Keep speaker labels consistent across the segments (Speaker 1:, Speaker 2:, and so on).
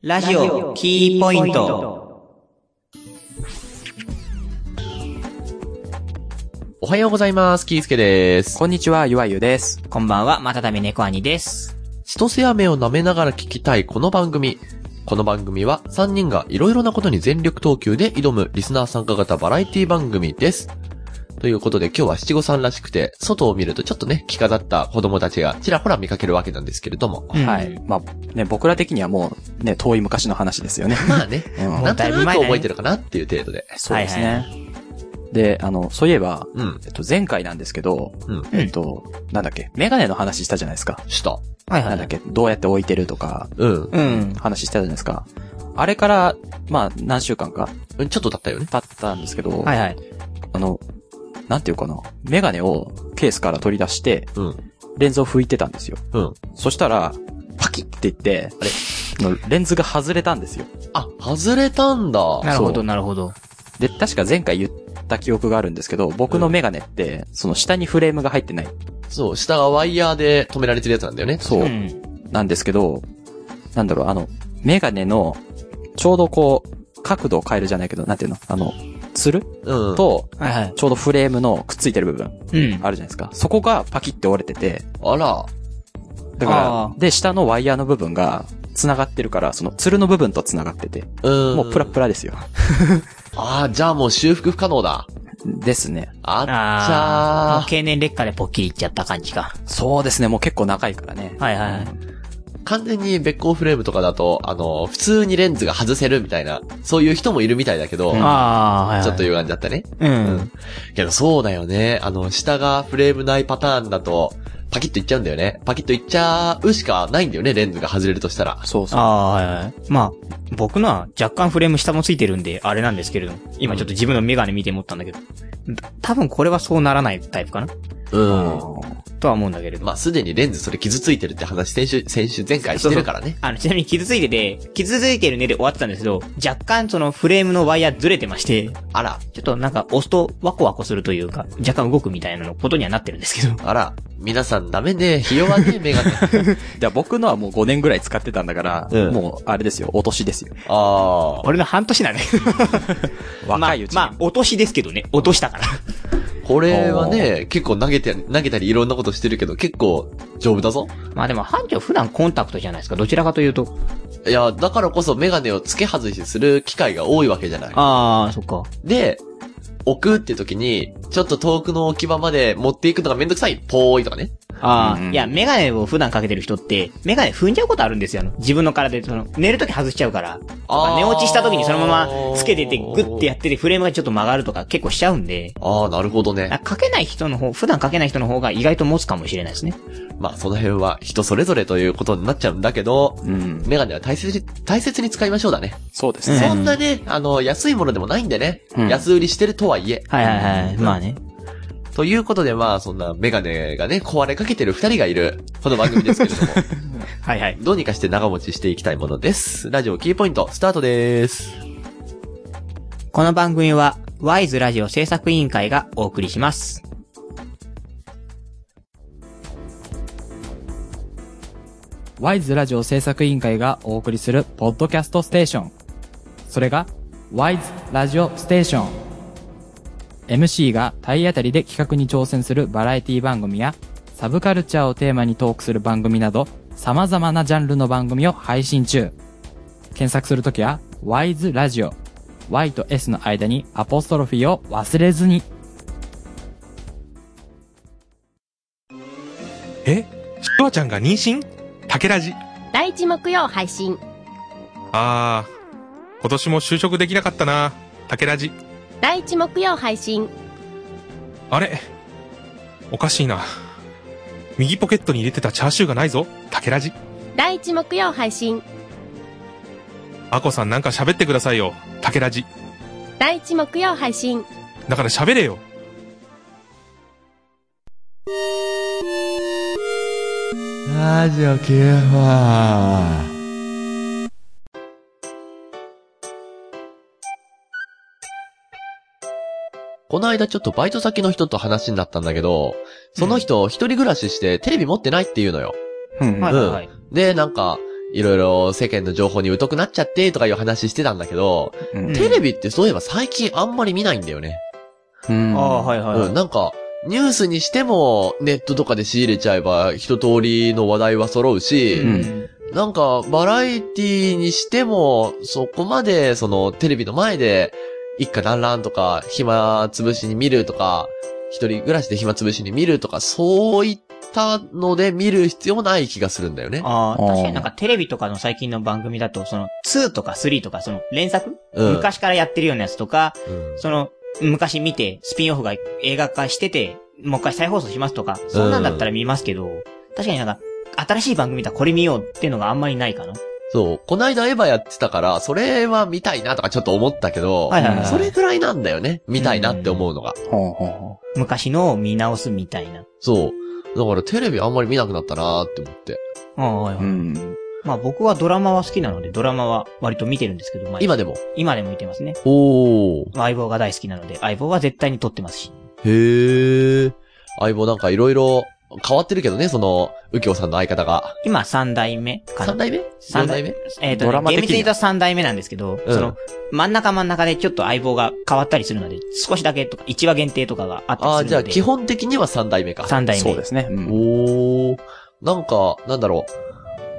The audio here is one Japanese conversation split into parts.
Speaker 1: ラジオキーポイント。
Speaker 2: おはようございます。キースケです。
Speaker 3: こんにちは、ゆわゆです。
Speaker 1: こんばんは、またたび猫兄です。
Speaker 2: 千歳飴を舐めながら聞きたいこの番組。この番組は3人がいろいろなことに全力投球で挑むリスナー参加型バラエティ番組です。ということで今日は七五三らしくて、外を見るとちょっとね、着飾った子供たちがちらほら見かけるわけなんですけれども。
Speaker 1: うん
Speaker 3: はい。まあ、ね、僕ら的にはもう、ね、遠い昔の話ですよね。
Speaker 2: まあね、
Speaker 3: うん
Speaker 1: も
Speaker 2: な
Speaker 1: うん
Speaker 2: と
Speaker 1: だいぶ前
Speaker 2: な
Speaker 1: だ
Speaker 2: く
Speaker 1: ね
Speaker 2: 覚えてるかなっていう程度で。
Speaker 3: そうです
Speaker 1: はい
Speaker 3: ね。で、あの、そういえば、
Speaker 2: うん、
Speaker 3: えっと、前回なんですけど、
Speaker 2: うん、
Speaker 3: えっと、なんだっけ、メガネの話したじゃないですか。
Speaker 2: した。
Speaker 1: はいは
Speaker 3: ないんだっ。け、どうやって置いてるとか、
Speaker 2: うん。
Speaker 1: うん。
Speaker 3: 話したじゃないですか。あれから、まあ、何週間か
Speaker 2: うんちょっと経ったよね。
Speaker 3: 経ったんですけど、
Speaker 1: はいはい。
Speaker 3: あの、なんていうかな、メガネをケースから取り出して、
Speaker 2: うん、
Speaker 3: レンズを拭いてたんですよ。
Speaker 2: うん。
Speaker 3: そしたら、パキって言って、あれ、レンズが外れたんですよ。
Speaker 2: あ、外れたんだ。
Speaker 1: なるほ
Speaker 3: そ
Speaker 1: ど、
Speaker 3: う
Speaker 1: なるほど。
Speaker 3: で、確か前回言った記憶があるんですけど、僕のメガネって、その下にフレームが入ってない。
Speaker 2: そう、下がワイヤーで止められてるやつなんだよね。
Speaker 3: そうう。
Speaker 1: ん。
Speaker 3: なんですけど、なんだろう、あの、メガネの、ちょうどこう、角度を変えるじゃないけど、なんていうのあの、つる
Speaker 2: うん。
Speaker 3: と、
Speaker 1: はいはい。
Speaker 3: ちょうどフレームのくっついてる部分、
Speaker 1: うん。
Speaker 3: あるじゃないですか。そこがパキって折れてて、
Speaker 2: あら。
Speaker 3: だ
Speaker 1: あ
Speaker 3: か
Speaker 1: ー
Speaker 3: ら、で、下のワイヤーの部分が、繋がってるから、その、つるの部分と繋がってて、
Speaker 2: うん。
Speaker 3: もうプラプラですよ。
Speaker 2: ああ、じゃあもう修復不可能だ。
Speaker 3: ですね。
Speaker 2: あっち
Speaker 1: あー。もう
Speaker 2: ゃー。
Speaker 1: 経年劣化でポッキリいっちゃった感じか。
Speaker 3: そうですね、もう結構長いからね。
Speaker 1: はいはいはい
Speaker 2: 完全に別光フレームとかだと、あの、普通にレンズが外せるみたいな、そういう人もいるみたいだけど、
Speaker 3: う
Speaker 1: あー、
Speaker 3: ん
Speaker 1: はいはい。
Speaker 2: ちょっと歪んじゃったね。
Speaker 1: う。。
Speaker 2: うんけどそうだよね。あの、下がフレームないパターンだと、パキッといっちゃうんだよね。パキッといっちゃうしかないんだよね、レンズが外れるとしたら。
Speaker 3: そうそう。
Speaker 1: あー、はいはい。まあ、僕のは若干フレーム下もついてるんで、あれなんですけれども。今ちょっと自分のメガネ見て思ったんだけど。多分これはそうならないタイプかな
Speaker 2: うん。
Speaker 1: とは思うんだけれど。
Speaker 2: まあ、すでにレンズそれ傷ついてるって話、先週、先週前回してるからね。
Speaker 1: あの、ちなみに傷ついてて、傷ついてるねで終わってたんですけど、若干そのフレームのワイヤーずれてまして、
Speaker 2: あら、
Speaker 1: ちょっとなんか押すとワコワコするというか、若干動くみたいなのことにはなってるんですけど。
Speaker 2: あら、皆さんダメね。ひ弱ね、 メガネ。
Speaker 3: で僕のはもう5年ぐらい使ってたんだから、
Speaker 2: うん
Speaker 3: もう、あれですよ、落としですよ。
Speaker 2: ああ。
Speaker 1: 俺の半 年なんだけど。
Speaker 3: 若いうちに。
Speaker 1: まあ、まあ、落としですけどね。落とした から。
Speaker 2: これはね、結構投げて、投げたりいろんなことしてるけど、結構丈夫だぞ。
Speaker 1: まあでも、班長普段コンタクトじゃないですか。どちらかというと。
Speaker 2: いや、だからこそメガネを付け外しする機会が多いわけじゃない。
Speaker 1: ああ、そっか。
Speaker 2: で、置くって時に、ちょっと遠くの置き場まで持っていくのがめんどくさい。ぽーいとかね。
Speaker 1: ああ、
Speaker 3: うんうん
Speaker 1: いや、メガネを普段かけてる人って、メガネ踏んじゃうことあるんですよ。あの自分の体で、その、寝るとき外しちゃうから。と
Speaker 2: あ
Speaker 1: か
Speaker 2: ー
Speaker 1: 寝落ちしたときにそのままつけてて、グッてやってて、フレームがちょっと曲がるとか結構しちゃうんで。
Speaker 2: ああ、なるほど
Speaker 1: あ
Speaker 2: ね。
Speaker 1: かけない人の方、普段かけない人の方が意外と持つかもしれないですね。
Speaker 2: まあ、その辺は人それぞれということになっちゃうんだけど、
Speaker 3: うん。
Speaker 2: メガネは大切に、大切に使いましょうだね。
Speaker 3: そうです
Speaker 1: うん
Speaker 3: ね。
Speaker 2: そんなね、あの、安いものでもないんでね。
Speaker 3: うん
Speaker 2: 安売りしてるとはいえ。
Speaker 1: はいはいはい。まあね。
Speaker 2: ということで、まあ、そんなメガネがね、壊れかけてる二人がいる、この番組ですけれども。
Speaker 1: はいはい。
Speaker 2: どうにかして長持ちしていきたいものです。ラジオキーポイント、スタートです。
Speaker 1: この番組は、ワイズラジオ制作委員会がお送りします。
Speaker 4: ワイズラジオ制作委員会がお送りするポッドキャストステーション。それが、ワイズラジオステーション。MC が体当たりで企画に挑戦するバラエティ番組や、サブカルチャーをテーマにトークする番組など、様々なジャンルの番組を配信中。検索するときは、ワイズラジオ。Y と S の間にアポストロフィーを忘れずに。
Speaker 5: えシュワちゃんが妊娠竹ラジ。
Speaker 6: 第一木曜配信
Speaker 5: あー、今年も就職できなかったな。竹ラジ。
Speaker 6: 第一木曜配信
Speaker 5: あれおかしいな。右ポケットに入れてたチャーシューがないぞ。竹ラジ。
Speaker 6: 第一木曜配信
Speaker 5: アコさんなんか喋ってくださいよ。竹ラジ。
Speaker 6: 第一木曜配信
Speaker 5: だから喋れよ。
Speaker 2: ラジオキーポインこの間ちょっとバイト先の人と話になったんだけど、その人一人暮らししてテレビ持ってないっていうのよ。
Speaker 3: うん
Speaker 1: はいはいはい。
Speaker 2: で、なんか、いろいろ世間の情報に疎くなっちゃってとかいう話してたんだけど、
Speaker 3: うん
Speaker 2: テレビってそういえば最近あんまり見ないんだよね。
Speaker 3: うん
Speaker 1: ああ、はいはいは
Speaker 2: うん、
Speaker 1: い。
Speaker 2: なんか、ニュースにしてもネットとかで仕入れちゃえば一通りの話題は揃うし、
Speaker 3: うん
Speaker 2: なんか、バラエティにしても、そこまで、その、テレビの前で、一家団らんとか、暇つぶしに見るとか、一人暮らしで暇つぶしに見るとか、そういったので見る必要ない気がするんだよね。
Speaker 1: ああ、
Speaker 3: あー
Speaker 1: 確かになんかテレビとかの最近の番組だと、その2とか3とか、その連作、
Speaker 2: うん。
Speaker 1: 昔からやってるようなやつとか、
Speaker 2: うん
Speaker 1: その昔見てスピンオフが映画化してて、もう一回再放送しますとか、そんなんだったら見ますけど、確かになんか新しい番組だこれ見ようっていうのがあんまりないかな。
Speaker 2: そう。こないだエヴァやってたから、それは見たいなとかちょっと思ったけど、
Speaker 1: はいはいはい
Speaker 2: それぐらいなんだよね。見たいなって思うのが。
Speaker 3: ほうほうほ。
Speaker 1: 昔のを見直すみたいな。
Speaker 2: そう。だからテレビあんまり見なくなったなーって思って。
Speaker 1: ああ、はいう
Speaker 3: う
Speaker 1: はい。
Speaker 3: ん。
Speaker 1: まあ僕はドラマは好きなので、ドラマは割と見てるんですけど、まあ
Speaker 2: 今でも。
Speaker 1: 今でも見てますね。
Speaker 2: おー。
Speaker 1: 相棒が大好きなので、相棒は絶対に撮ってますし。
Speaker 2: へえ。相棒なんかいろいろ変わってるけどね、その、右京さんの相方が。
Speaker 1: 今三代目かな
Speaker 2: 三。代目
Speaker 1: 三
Speaker 2: 三
Speaker 1: 代
Speaker 2: 代目
Speaker 1: えっ、と
Speaker 3: ドラ
Speaker 1: ね、
Speaker 3: マ的
Speaker 1: 厳
Speaker 3: には
Speaker 1: 密に言うと三代目なんですけど、
Speaker 2: うん
Speaker 1: その、真ん中真ん中でちょっと相棒が変わったりするので、少しだけとか、1話限定とかがあった
Speaker 2: ああ、
Speaker 1: りす
Speaker 2: じゃ
Speaker 1: る
Speaker 2: あ
Speaker 1: ので。
Speaker 2: 基本的には三代目か。
Speaker 1: 三代目。
Speaker 3: そうですね。うん
Speaker 2: おー。なんか、なんだろう。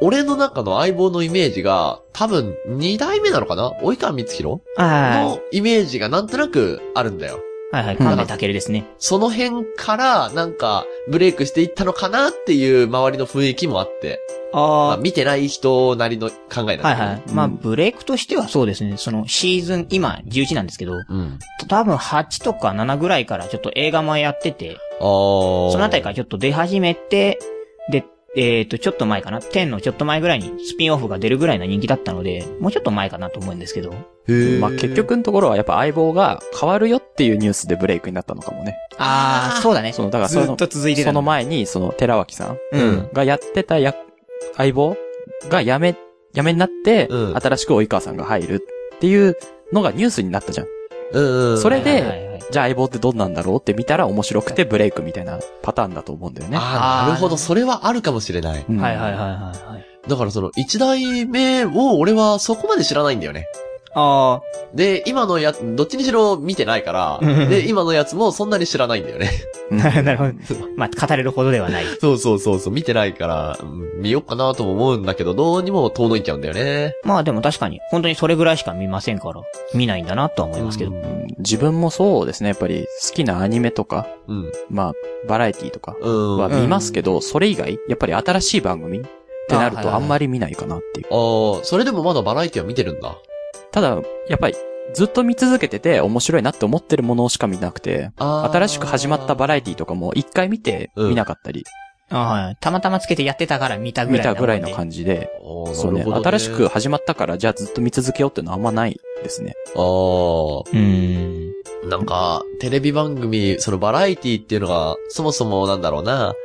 Speaker 2: 俺の中の相棒のイメージが、多分二代目なのかな及川光弘
Speaker 1: あ
Speaker 2: のイメージがなんとなくあるんだよ。
Speaker 1: あ、はいはい、神戸健ですね。
Speaker 2: その辺から、なんか、ブレイクしていったのかなっていう周りの雰囲気もあって、まあ、
Speaker 1: あ
Speaker 2: 見てない人なりの考えなんだけ
Speaker 1: あ、
Speaker 2: ど
Speaker 1: はいはい。まあ、
Speaker 3: うん
Speaker 1: ブレイクとしてはそうですね、その、シーズン、今、11なんですけど、
Speaker 2: うん。
Speaker 1: 多分8とか7ぐらいからちょっと映画もやってて、
Speaker 2: あー。
Speaker 1: そのあたりからちょっと出始めて、で、えっ、と、ちょっと前かな。10のちょっと前ぐらいにスピンオフが出るぐらいの人気だったので、もうちょっと前かなと思うんですけど。
Speaker 2: へー
Speaker 3: まあ結局のところはやっぱ相棒が変わるよっていうニュースでブレイクになったのかもね。
Speaker 1: ああ、そうだね。
Speaker 3: その、だから
Speaker 1: ず
Speaker 3: そ
Speaker 1: っ
Speaker 3: の、
Speaker 1: と続いてた
Speaker 3: そ
Speaker 1: んだ
Speaker 3: の前に、その、寺脇さん
Speaker 1: うん。
Speaker 3: がやってたや、相棒が辞め、辞めになって、
Speaker 2: うん
Speaker 3: 新しく及川さんが入るっていうのがニュースになったじゃん。
Speaker 2: うんうん。
Speaker 3: それで
Speaker 1: はいはいはい
Speaker 3: じゃあ相棒ってどんなんだろうって見たら面白くてブレイクみたいなパターンだと思うんだよね。
Speaker 2: あ
Speaker 1: あ
Speaker 2: あ、
Speaker 1: ー
Speaker 2: なるほど。それはあるかもしれない。
Speaker 3: うん
Speaker 1: はいはいはいはいはい。
Speaker 2: だからその、一代目を俺はそこまで知らないんだよね。
Speaker 1: あ
Speaker 2: で、今のやつ、どっちにしろ見てないから
Speaker 1: うん、
Speaker 2: で、今のやつもそんなに知らないんだよね。
Speaker 1: あ、 なるほど。まあ、語れるほどではない。
Speaker 2: そうそうそうそう、見てないから、うん見よっかなとも思うんだけど、どうにも遠のいちゃうんだよね。
Speaker 1: まあでも確かに、本当にそれぐらいしか見ませんから、見ないんだなとは思いますけど。
Speaker 2: う
Speaker 1: うん
Speaker 3: うん自分もそうですね。やっぱり好きなアニメとか、
Speaker 2: うん。
Speaker 3: まあ、バラエティとか
Speaker 2: うん。
Speaker 3: は
Speaker 2: あ
Speaker 3: 見ますけど、それ以外、やっぱり新しい番組ってなる
Speaker 1: あはいはい
Speaker 3: とあんまり見ないかなっていう。
Speaker 2: あ、それでもまだバラエティは見てるんだ。
Speaker 3: ただ、やっぱり、ずっと見続けてて面白いなって思ってるものしか見なくて、
Speaker 2: あー
Speaker 3: 新しく始まったバラエティとかも一回見て
Speaker 2: うん
Speaker 3: 見なかったり、
Speaker 1: あはい。たまたまつけてやってたから見たぐ
Speaker 3: 見
Speaker 1: らいなもん
Speaker 3: た
Speaker 1: で。
Speaker 3: ぐらいの感じで、
Speaker 2: あー
Speaker 3: そう
Speaker 2: な
Speaker 3: ね
Speaker 2: るほどね。
Speaker 3: 新しく。始まったから、じゃあずっと見続けようっていうのはあんまないですね。
Speaker 2: あ
Speaker 1: うーん。
Speaker 2: あ、なんか、テレビ番組、そのバラエティっていうのが、そもそもなんだろうな、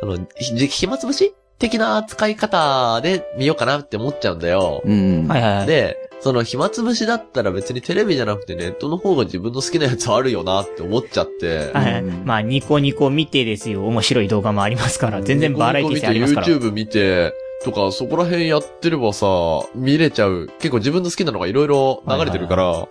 Speaker 2: その、ひじ暇つぶし的な使い方で見ようかなって思っちゃうんだよ。
Speaker 3: うん。
Speaker 1: はいはいはい。
Speaker 2: で、その暇つぶしだったら別にテレビじゃなくてネットの方が自分の好きなやつあるよなって思っちゃって。
Speaker 1: はいはい
Speaker 3: うん
Speaker 1: まあ、ニコニコ見てですよ。面白い動画もありますから。全然バラエティ性ありますから。
Speaker 2: ニコニコ見て YouTube 見て、とかそこら辺やってればさ、見れちゃう。結構自分の好きなのがいろいろ流れてるから、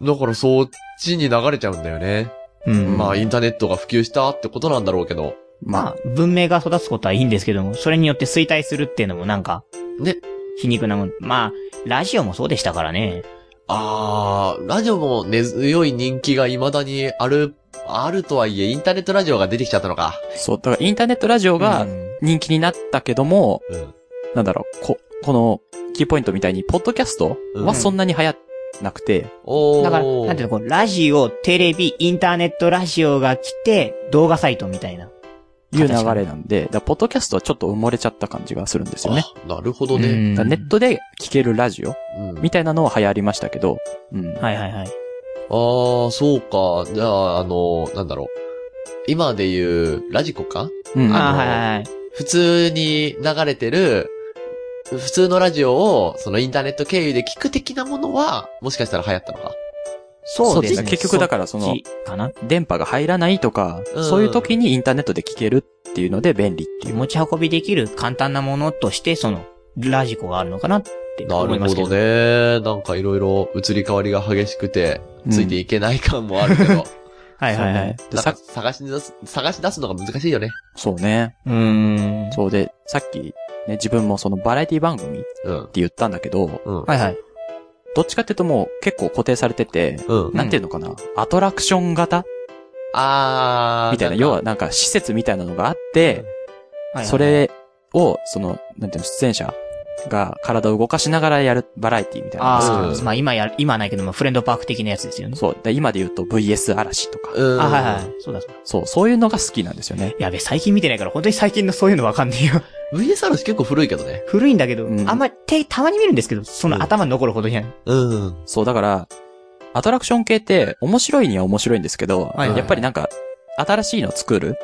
Speaker 2: だからそっちに流れちゃうんだよね。
Speaker 1: うん。
Speaker 2: ま
Speaker 1: ま
Speaker 2: あインターネットが普及したってことなんだろうけど。
Speaker 3: まあ、
Speaker 1: あ、文明が育つことはいいんですけども、それによって衰退するっていうのもなんか、
Speaker 2: ね。
Speaker 1: 皮肉なもん。まあ、ラジオもそうでしたからね。
Speaker 2: あー、ラジオも根強い人気が未だにある、あるとはいえ、インターネットラジオが出てきちゃったのか。
Speaker 3: そう、だからインターネットラジオ
Speaker 1: う
Speaker 3: が
Speaker 1: ん
Speaker 3: 人気になったけども、
Speaker 2: うん。
Speaker 3: なんだろう、こ、この、キーポイントみたいに、ポッドキャスト
Speaker 2: うん
Speaker 3: はそんなに流行なくて、
Speaker 2: おー。
Speaker 1: だから、なんていうの、こう、ラジオ、テレビ、インターネットラジオが来て、動画サイトみたいな。
Speaker 3: いう流
Speaker 1: 形かな
Speaker 3: れなんで、だからポッドキャストはちょっと埋もれちゃった感じがするんですよね。
Speaker 2: あなるほどね。
Speaker 3: だからネットで聴けるラジオ
Speaker 2: うん
Speaker 3: みたいなのは流行りましたけど、うん。
Speaker 1: はいはいはい。
Speaker 2: ああ、そうか。じゃあ、あの、なんだろう。今で言う、ラジコか
Speaker 3: うん。
Speaker 2: あ
Speaker 1: あ
Speaker 2: の
Speaker 1: はいはいはい。
Speaker 2: 普通に流れてる、普通のラジオを、そのインターネット経由で聞く的なものは、もしかしたら流行ったのか。
Speaker 1: そうです
Speaker 3: そうです
Speaker 1: ね。
Speaker 3: ね結局だからその
Speaker 1: っちかな
Speaker 3: 電波が入らないとか、
Speaker 2: うん
Speaker 3: そういう時にインターネットで聞けるっていうので便利っていう。
Speaker 1: 持ち運びできる簡単なものとして、その、ラジコがあるのかなって
Speaker 2: な
Speaker 1: 思い
Speaker 2: る
Speaker 1: ますけど。
Speaker 2: ほどね。なんかいろいろ移り変わりが激しくて、ついていけない感もあるけ
Speaker 1: は
Speaker 2: ど。
Speaker 1: いはいはい。
Speaker 3: そうねで
Speaker 2: なんか
Speaker 3: さ
Speaker 2: 探し出す、探し出すのが難しいよね。
Speaker 3: そうね。
Speaker 1: うーん。
Speaker 3: そうで、さっき、ね、自分もそのバラエティ番組って
Speaker 2: うん。
Speaker 3: 言ったんだけど、
Speaker 2: うん。
Speaker 1: はいはい。
Speaker 3: どっちかっていうともう結構固定されてて、
Speaker 2: うん。
Speaker 3: なんていうのかな、アトラクション型
Speaker 2: あー。
Speaker 3: みたいな、
Speaker 2: んか
Speaker 3: 要はなんか施設みたいなのがあって、
Speaker 1: はいはい
Speaker 3: そ、れを、その、なんていうの、出演者が体を動かしながらやるバラエティみたいなのが好き
Speaker 1: あ
Speaker 2: う
Speaker 1: あ、
Speaker 2: ん
Speaker 1: まあ今や、今はないけども、フレンドパーク的なやつですよね。
Speaker 3: そう。で、今で言うと VS 嵐とか、
Speaker 2: うん。
Speaker 1: あ、はいはい。そうだそうだ。
Speaker 3: そう、そういうのが好きなんですよね。
Speaker 1: やべ、最近見てないから、本当に最近のそういうのわかんねえよ。
Speaker 2: VSR 結構古いけどね。
Speaker 1: 古いんだけど、
Speaker 3: うん
Speaker 1: あんまり、手、たまに見るんですけど、その頭に残るほどじゃない。
Speaker 2: うん。
Speaker 3: そう、だから、アトラクション系って面白いには面白いんですけど、
Speaker 1: いはい
Speaker 3: やっぱりなんか、新しいの作る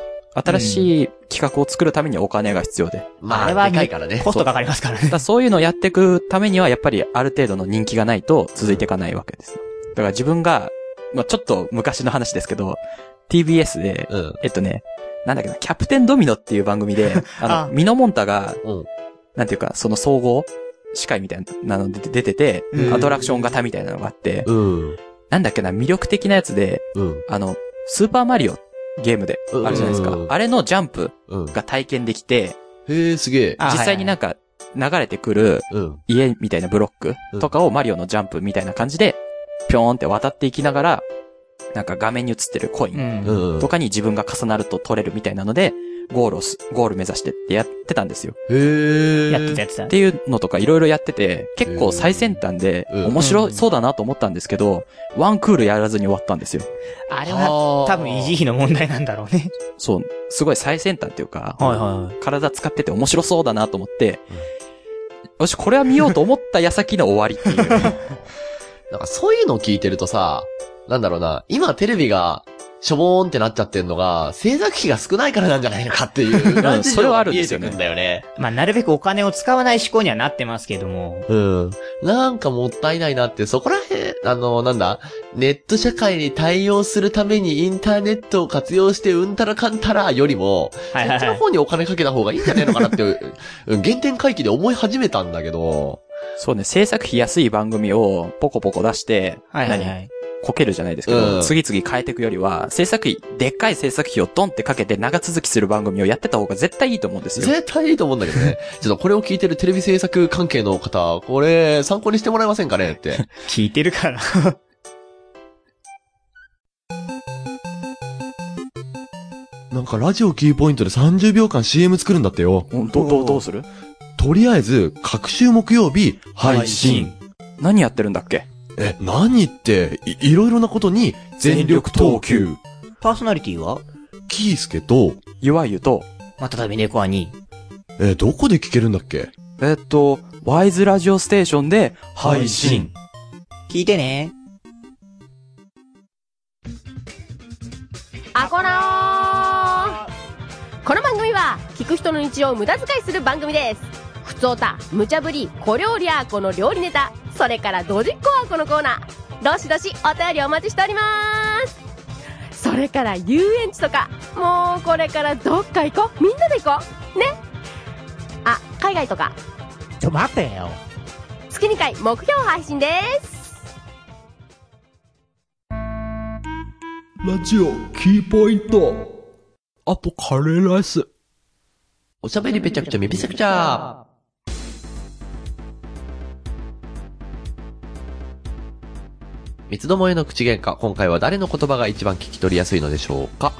Speaker 3: 新しい企画を作るためにはお金が必 要で。
Speaker 2: まあ、
Speaker 1: あれは
Speaker 2: でかいからね。
Speaker 1: コストかかりますからね
Speaker 3: だ。からそういうのをやっていくためには、やっぱりある程度の人気がないと続いていかないわけです。だから自分が、まあちょっと昔の話ですけど、TBS で、
Speaker 2: うん。
Speaker 3: えっとね、なんだっけな、キャプテンドミノっていう番組 で、あの、
Speaker 1: あ
Speaker 3: ミノモンタが、
Speaker 2: うん。
Speaker 3: なんていうか、その総合司会みたいなので出てて、
Speaker 1: うん
Speaker 3: アトラクション型みたいなのがあって、
Speaker 2: うん。
Speaker 3: なんだっけな、魅力的なやつで、
Speaker 2: うん。
Speaker 3: あの、スーパーマリオゲームで、あるじゃないですか
Speaker 2: う。ん
Speaker 3: あれのジャンプ
Speaker 2: うん。
Speaker 3: が体験できて、
Speaker 2: へえ、すげえ。
Speaker 1: あ
Speaker 3: 実際になんか流れてくる
Speaker 2: うん。
Speaker 3: 家みたいなブロックとかをマリオのジャンプみたいな感じで、ぴょーんって渡っていきながら、なんか画面に映ってるコイ
Speaker 1: う
Speaker 3: ン
Speaker 1: ん。
Speaker 2: うん。
Speaker 3: とかに自分が重なると取れるみたいなので、ゴールをす、ゴール目指してってやってたんですよ。
Speaker 2: へえ。
Speaker 1: やってたや
Speaker 2: っ
Speaker 1: ってた
Speaker 3: っ。ていうのとかいろいろやってて、結構最先端で
Speaker 2: うん
Speaker 3: 面白そうだなと思ったんですけど、ワンクールやらずに終わったんですよ。
Speaker 1: あれは、多分維持費の問題なんだろうね。
Speaker 3: そう、すごい最先端っていうか、
Speaker 1: はいはいはい。
Speaker 3: 体使ってて面白そうだなと思って、よし、これは見ようと思った矢先の終わりっていう。
Speaker 2: なんかそういうのを聞いてるとさ、なんだろうな、今テレビが、しょぼーんってなっちゃってんのが、制作費が少ないからなんじゃないのかっていう。
Speaker 3: うんそれはあるんですよね
Speaker 2: 見えてくんだよね。
Speaker 1: まあ、なるべくお金を使わない思考にはなってますけども。
Speaker 2: うん。なんかもったいないなって、そこら辺、あの、なんだ、ネット社会に対応するためにインターネットを活用してうんたらかんたらよりも、
Speaker 1: はい
Speaker 2: そ
Speaker 1: は
Speaker 2: っ
Speaker 1: い
Speaker 2: ち
Speaker 1: は
Speaker 2: の
Speaker 1: い。
Speaker 2: 方にお金かけた方がいいんじゃないのかなっ て、うん原点回帰で思い始めたんだけど、
Speaker 3: そうね、制作費安い番組をポコポコ出して、
Speaker 1: はいはいはい。
Speaker 3: こけるじゃないですけど、
Speaker 2: うん
Speaker 3: 次々変えていくよりは、制作費、でっかい制作費をドンってかけて長続きする番組をやってた方が絶対いいと思うんですよ。
Speaker 2: 絶対いいと思うんだけどね。ちょっとこれを聞いてるテレビ制作関係の方、これ参考にしてもらえませんかねって。
Speaker 1: 聞いてるから。
Speaker 7: なんかラジオキーポイントで30秒間 CM 作るんだってよ。
Speaker 3: ど、ど、どうする
Speaker 7: とりあえず、各週木曜日、配信。
Speaker 3: 何やってるんだっけ
Speaker 7: え、何って、い、いろいろなことに、全力投球。
Speaker 1: パーソナリティは
Speaker 7: キースケと、
Speaker 3: ゆわゆと、
Speaker 1: またたび猫はに。
Speaker 7: え、どこで聞けるんだっけ
Speaker 3: えっと、ワイズラジオステーションで配信。。
Speaker 1: 聞いてね。
Speaker 6: アゴラーこの番組は聞く人の日常を無駄遣いする番組ですふつおた無茶ぶり小料理アーコの料理ネタそれからドジっ子アーコのコーナーどしどしお便りお待ちしておりますそれから遊園地とかもうこれからどっか行こうみんなで行こうねあ海外とか
Speaker 1: ちょ、待ってよ。
Speaker 6: 月2回目標配信です
Speaker 8: ラジオキーポイント。あとカレーライス。
Speaker 2: おしゃべりべちゃくちゃめびちゃくちゃ。三つどもえの口喧嘩、今回は誰の言葉が一番聞き取りやすいのでしょうか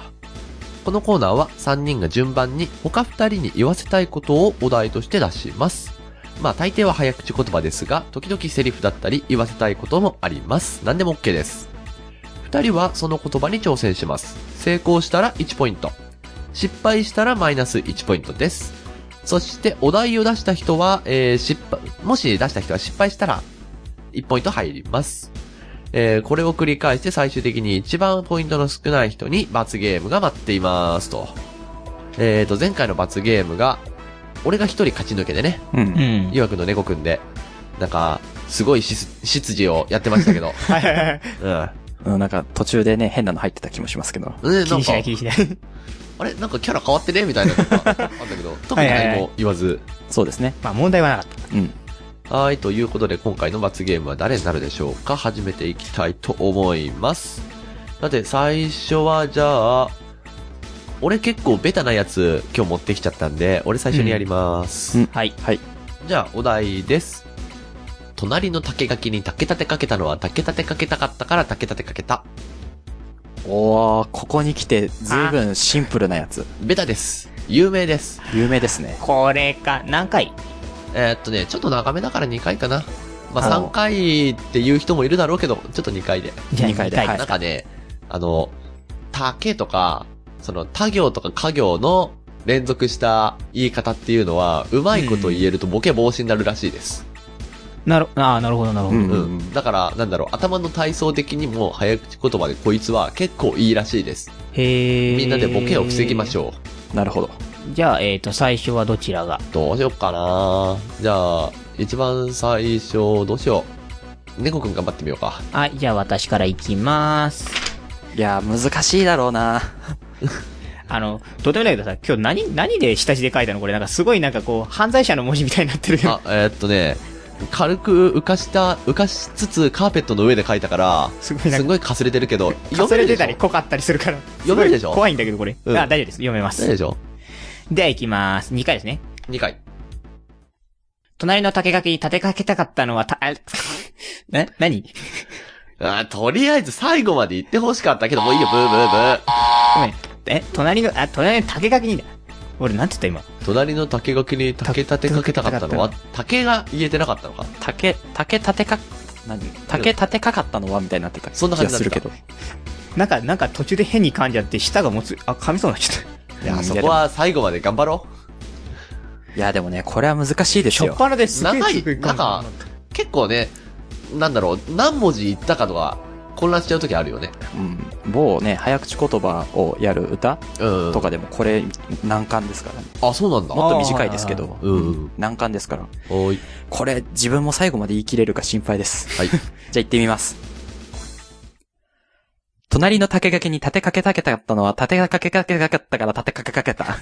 Speaker 2: このコーナーは3人が順番に他2人に言わせたいことをお題として出します。まあ大抵は早口言葉ですが、時々セリフだったり言わせたいこともあります。何でも OK です。2人はその言葉に挑戦します。成功したら1ポイント。失敗したらマイナス1ポイントです。そして、お題を出した人は、えー、失敗、もし出した人は失敗したら、1ポイント入ります。えー、これを繰り返して最終的に一番ポイントの少ない人に罰ゲームが待っていますと。えーと、前回の罰ゲームが、俺が一人勝ち抜けでね、
Speaker 3: うん
Speaker 1: う。ん。
Speaker 2: 岩くんの猫く んで、なんか、すごいしす、執事をやってましたけど、
Speaker 1: はいはいはい。
Speaker 2: うん。
Speaker 3: うん、なんか途中でね、変なの入ってた気もしますけど。
Speaker 2: ね、
Speaker 1: 気
Speaker 2: なん
Speaker 1: にし
Speaker 2: か
Speaker 1: ない、気にしない。
Speaker 2: あれなんかキャラ変わってねみたいなことがあったけど、特に何も言わず。
Speaker 3: そうですね。
Speaker 1: まあ問題はなかっ
Speaker 3: うん。
Speaker 2: はい、ということで今回の罰ゲームは誰になるでしょうか始めていきたいと思います。さて、最初はじゃあ、俺結構ベタなやつ今日持ってきちゃったんで、俺最初にやります。
Speaker 3: うん
Speaker 1: た。はい。
Speaker 3: はい。
Speaker 2: じゃあ、お題です。隣の竹垣に竹立てかけたのは竹立てかけたかったから竹立てかけた。
Speaker 3: おー、ここに来て、ずいぶんシンプルなやつ。
Speaker 2: ベタです。有名です。
Speaker 3: 有名ですね。
Speaker 1: これか、何回
Speaker 2: えーっとね、ちょっと長めだから2回かな。まあ、
Speaker 3: あ
Speaker 2: 3回っていう人もいるだろうけど、ちょっと2回で。
Speaker 1: じゃあ
Speaker 3: 二回ではい
Speaker 2: なんかね、あの、竹とか、その他行とか家行の連続した言い方っていうのは、うまいこと言えるとボケ防止になるらしいです。
Speaker 1: なる、ああ、なるほど、なるほど。
Speaker 3: う
Speaker 2: うんん。
Speaker 3: うん。
Speaker 2: だから、なんだろう、頭の体操的にも早口言葉でこいつは結構いいらしいです。
Speaker 1: へえ。
Speaker 2: みんなでボケを防ぎまし
Speaker 1: ょ
Speaker 2: ょ
Speaker 3: なるほど。
Speaker 1: う。じゃあ、えっ、と、最初はどちらが
Speaker 2: う。どうしよっかなじゃあ、一番最初、どうしよう。猫くん頑張ってみよう か。
Speaker 1: はい、じゃあ私から行きます。
Speaker 3: いやー、難しいだろうな。
Speaker 1: あの、とてもだけどさ、今日何、何で下地で書いたのこれなんかすごいなんかこう、犯罪者の文字みたいになってるけど、
Speaker 2: あ、えーっとね、軽く浮かした、浮かしつつカーペットの上で書いたから、
Speaker 1: すごいなん
Speaker 2: す
Speaker 1: か、
Speaker 2: ごいかすれてるけど、
Speaker 1: かすれてたり濃
Speaker 2: 読
Speaker 1: かったりするから。
Speaker 2: 読めるでしょ
Speaker 1: すごい怖いんだけどこれ。
Speaker 2: うん
Speaker 1: あ、大丈夫です。読めま
Speaker 2: める
Speaker 1: す。
Speaker 2: でしょ
Speaker 1: では行きます。2回ですね。
Speaker 2: 読めるでしょ ?2 回。
Speaker 1: 隣の竹垣に立てかけたかったのはた、あ な、何
Speaker 2: あーとりあえず最後まで言ってほしかったけど、もういいよ、ブーブーブー。
Speaker 1: ごめん。え、隣の、あ、隣の竹垣にだ。俺なんて言った今。
Speaker 2: 隣の竹垣に竹立てかけたかったのは、竹が言えてなかったのか
Speaker 3: 竹、竹立てか、何竹立てかかったのはみたいになってた気
Speaker 2: そんな感
Speaker 3: が
Speaker 2: じだっ
Speaker 3: す
Speaker 2: た
Speaker 3: るけど。
Speaker 1: なんか、なんか途中で変に噛んじゃって、舌が持つ、あ、噛みそうになっちゃった。
Speaker 2: いや、そこは最後まで頑張ろ
Speaker 3: いや、でもね、これは難しいです
Speaker 1: しょっ
Speaker 3: よ。
Speaker 1: ぱなですげえ
Speaker 2: 長い
Speaker 1: すごい噛んだ
Speaker 2: なんかう。結構ね、なんだろう、何文字言ったかとか、混乱しちゃう時あるよね。
Speaker 3: うん。某ね、早口言葉をやる歌
Speaker 2: うん。
Speaker 3: とかでも、これ、難関ですからね。
Speaker 2: あ、そうなんだ。
Speaker 3: もっと短いですけど。
Speaker 2: うんうん。
Speaker 3: 難関ですから。
Speaker 2: おい。
Speaker 3: これ、自分も最後まで言い切れるか心配です。
Speaker 2: はい。
Speaker 3: じゃあ行ってみます。隣の竹垣に立てかけたけたかったのは、立てかけかけかけたから立てかけか けた。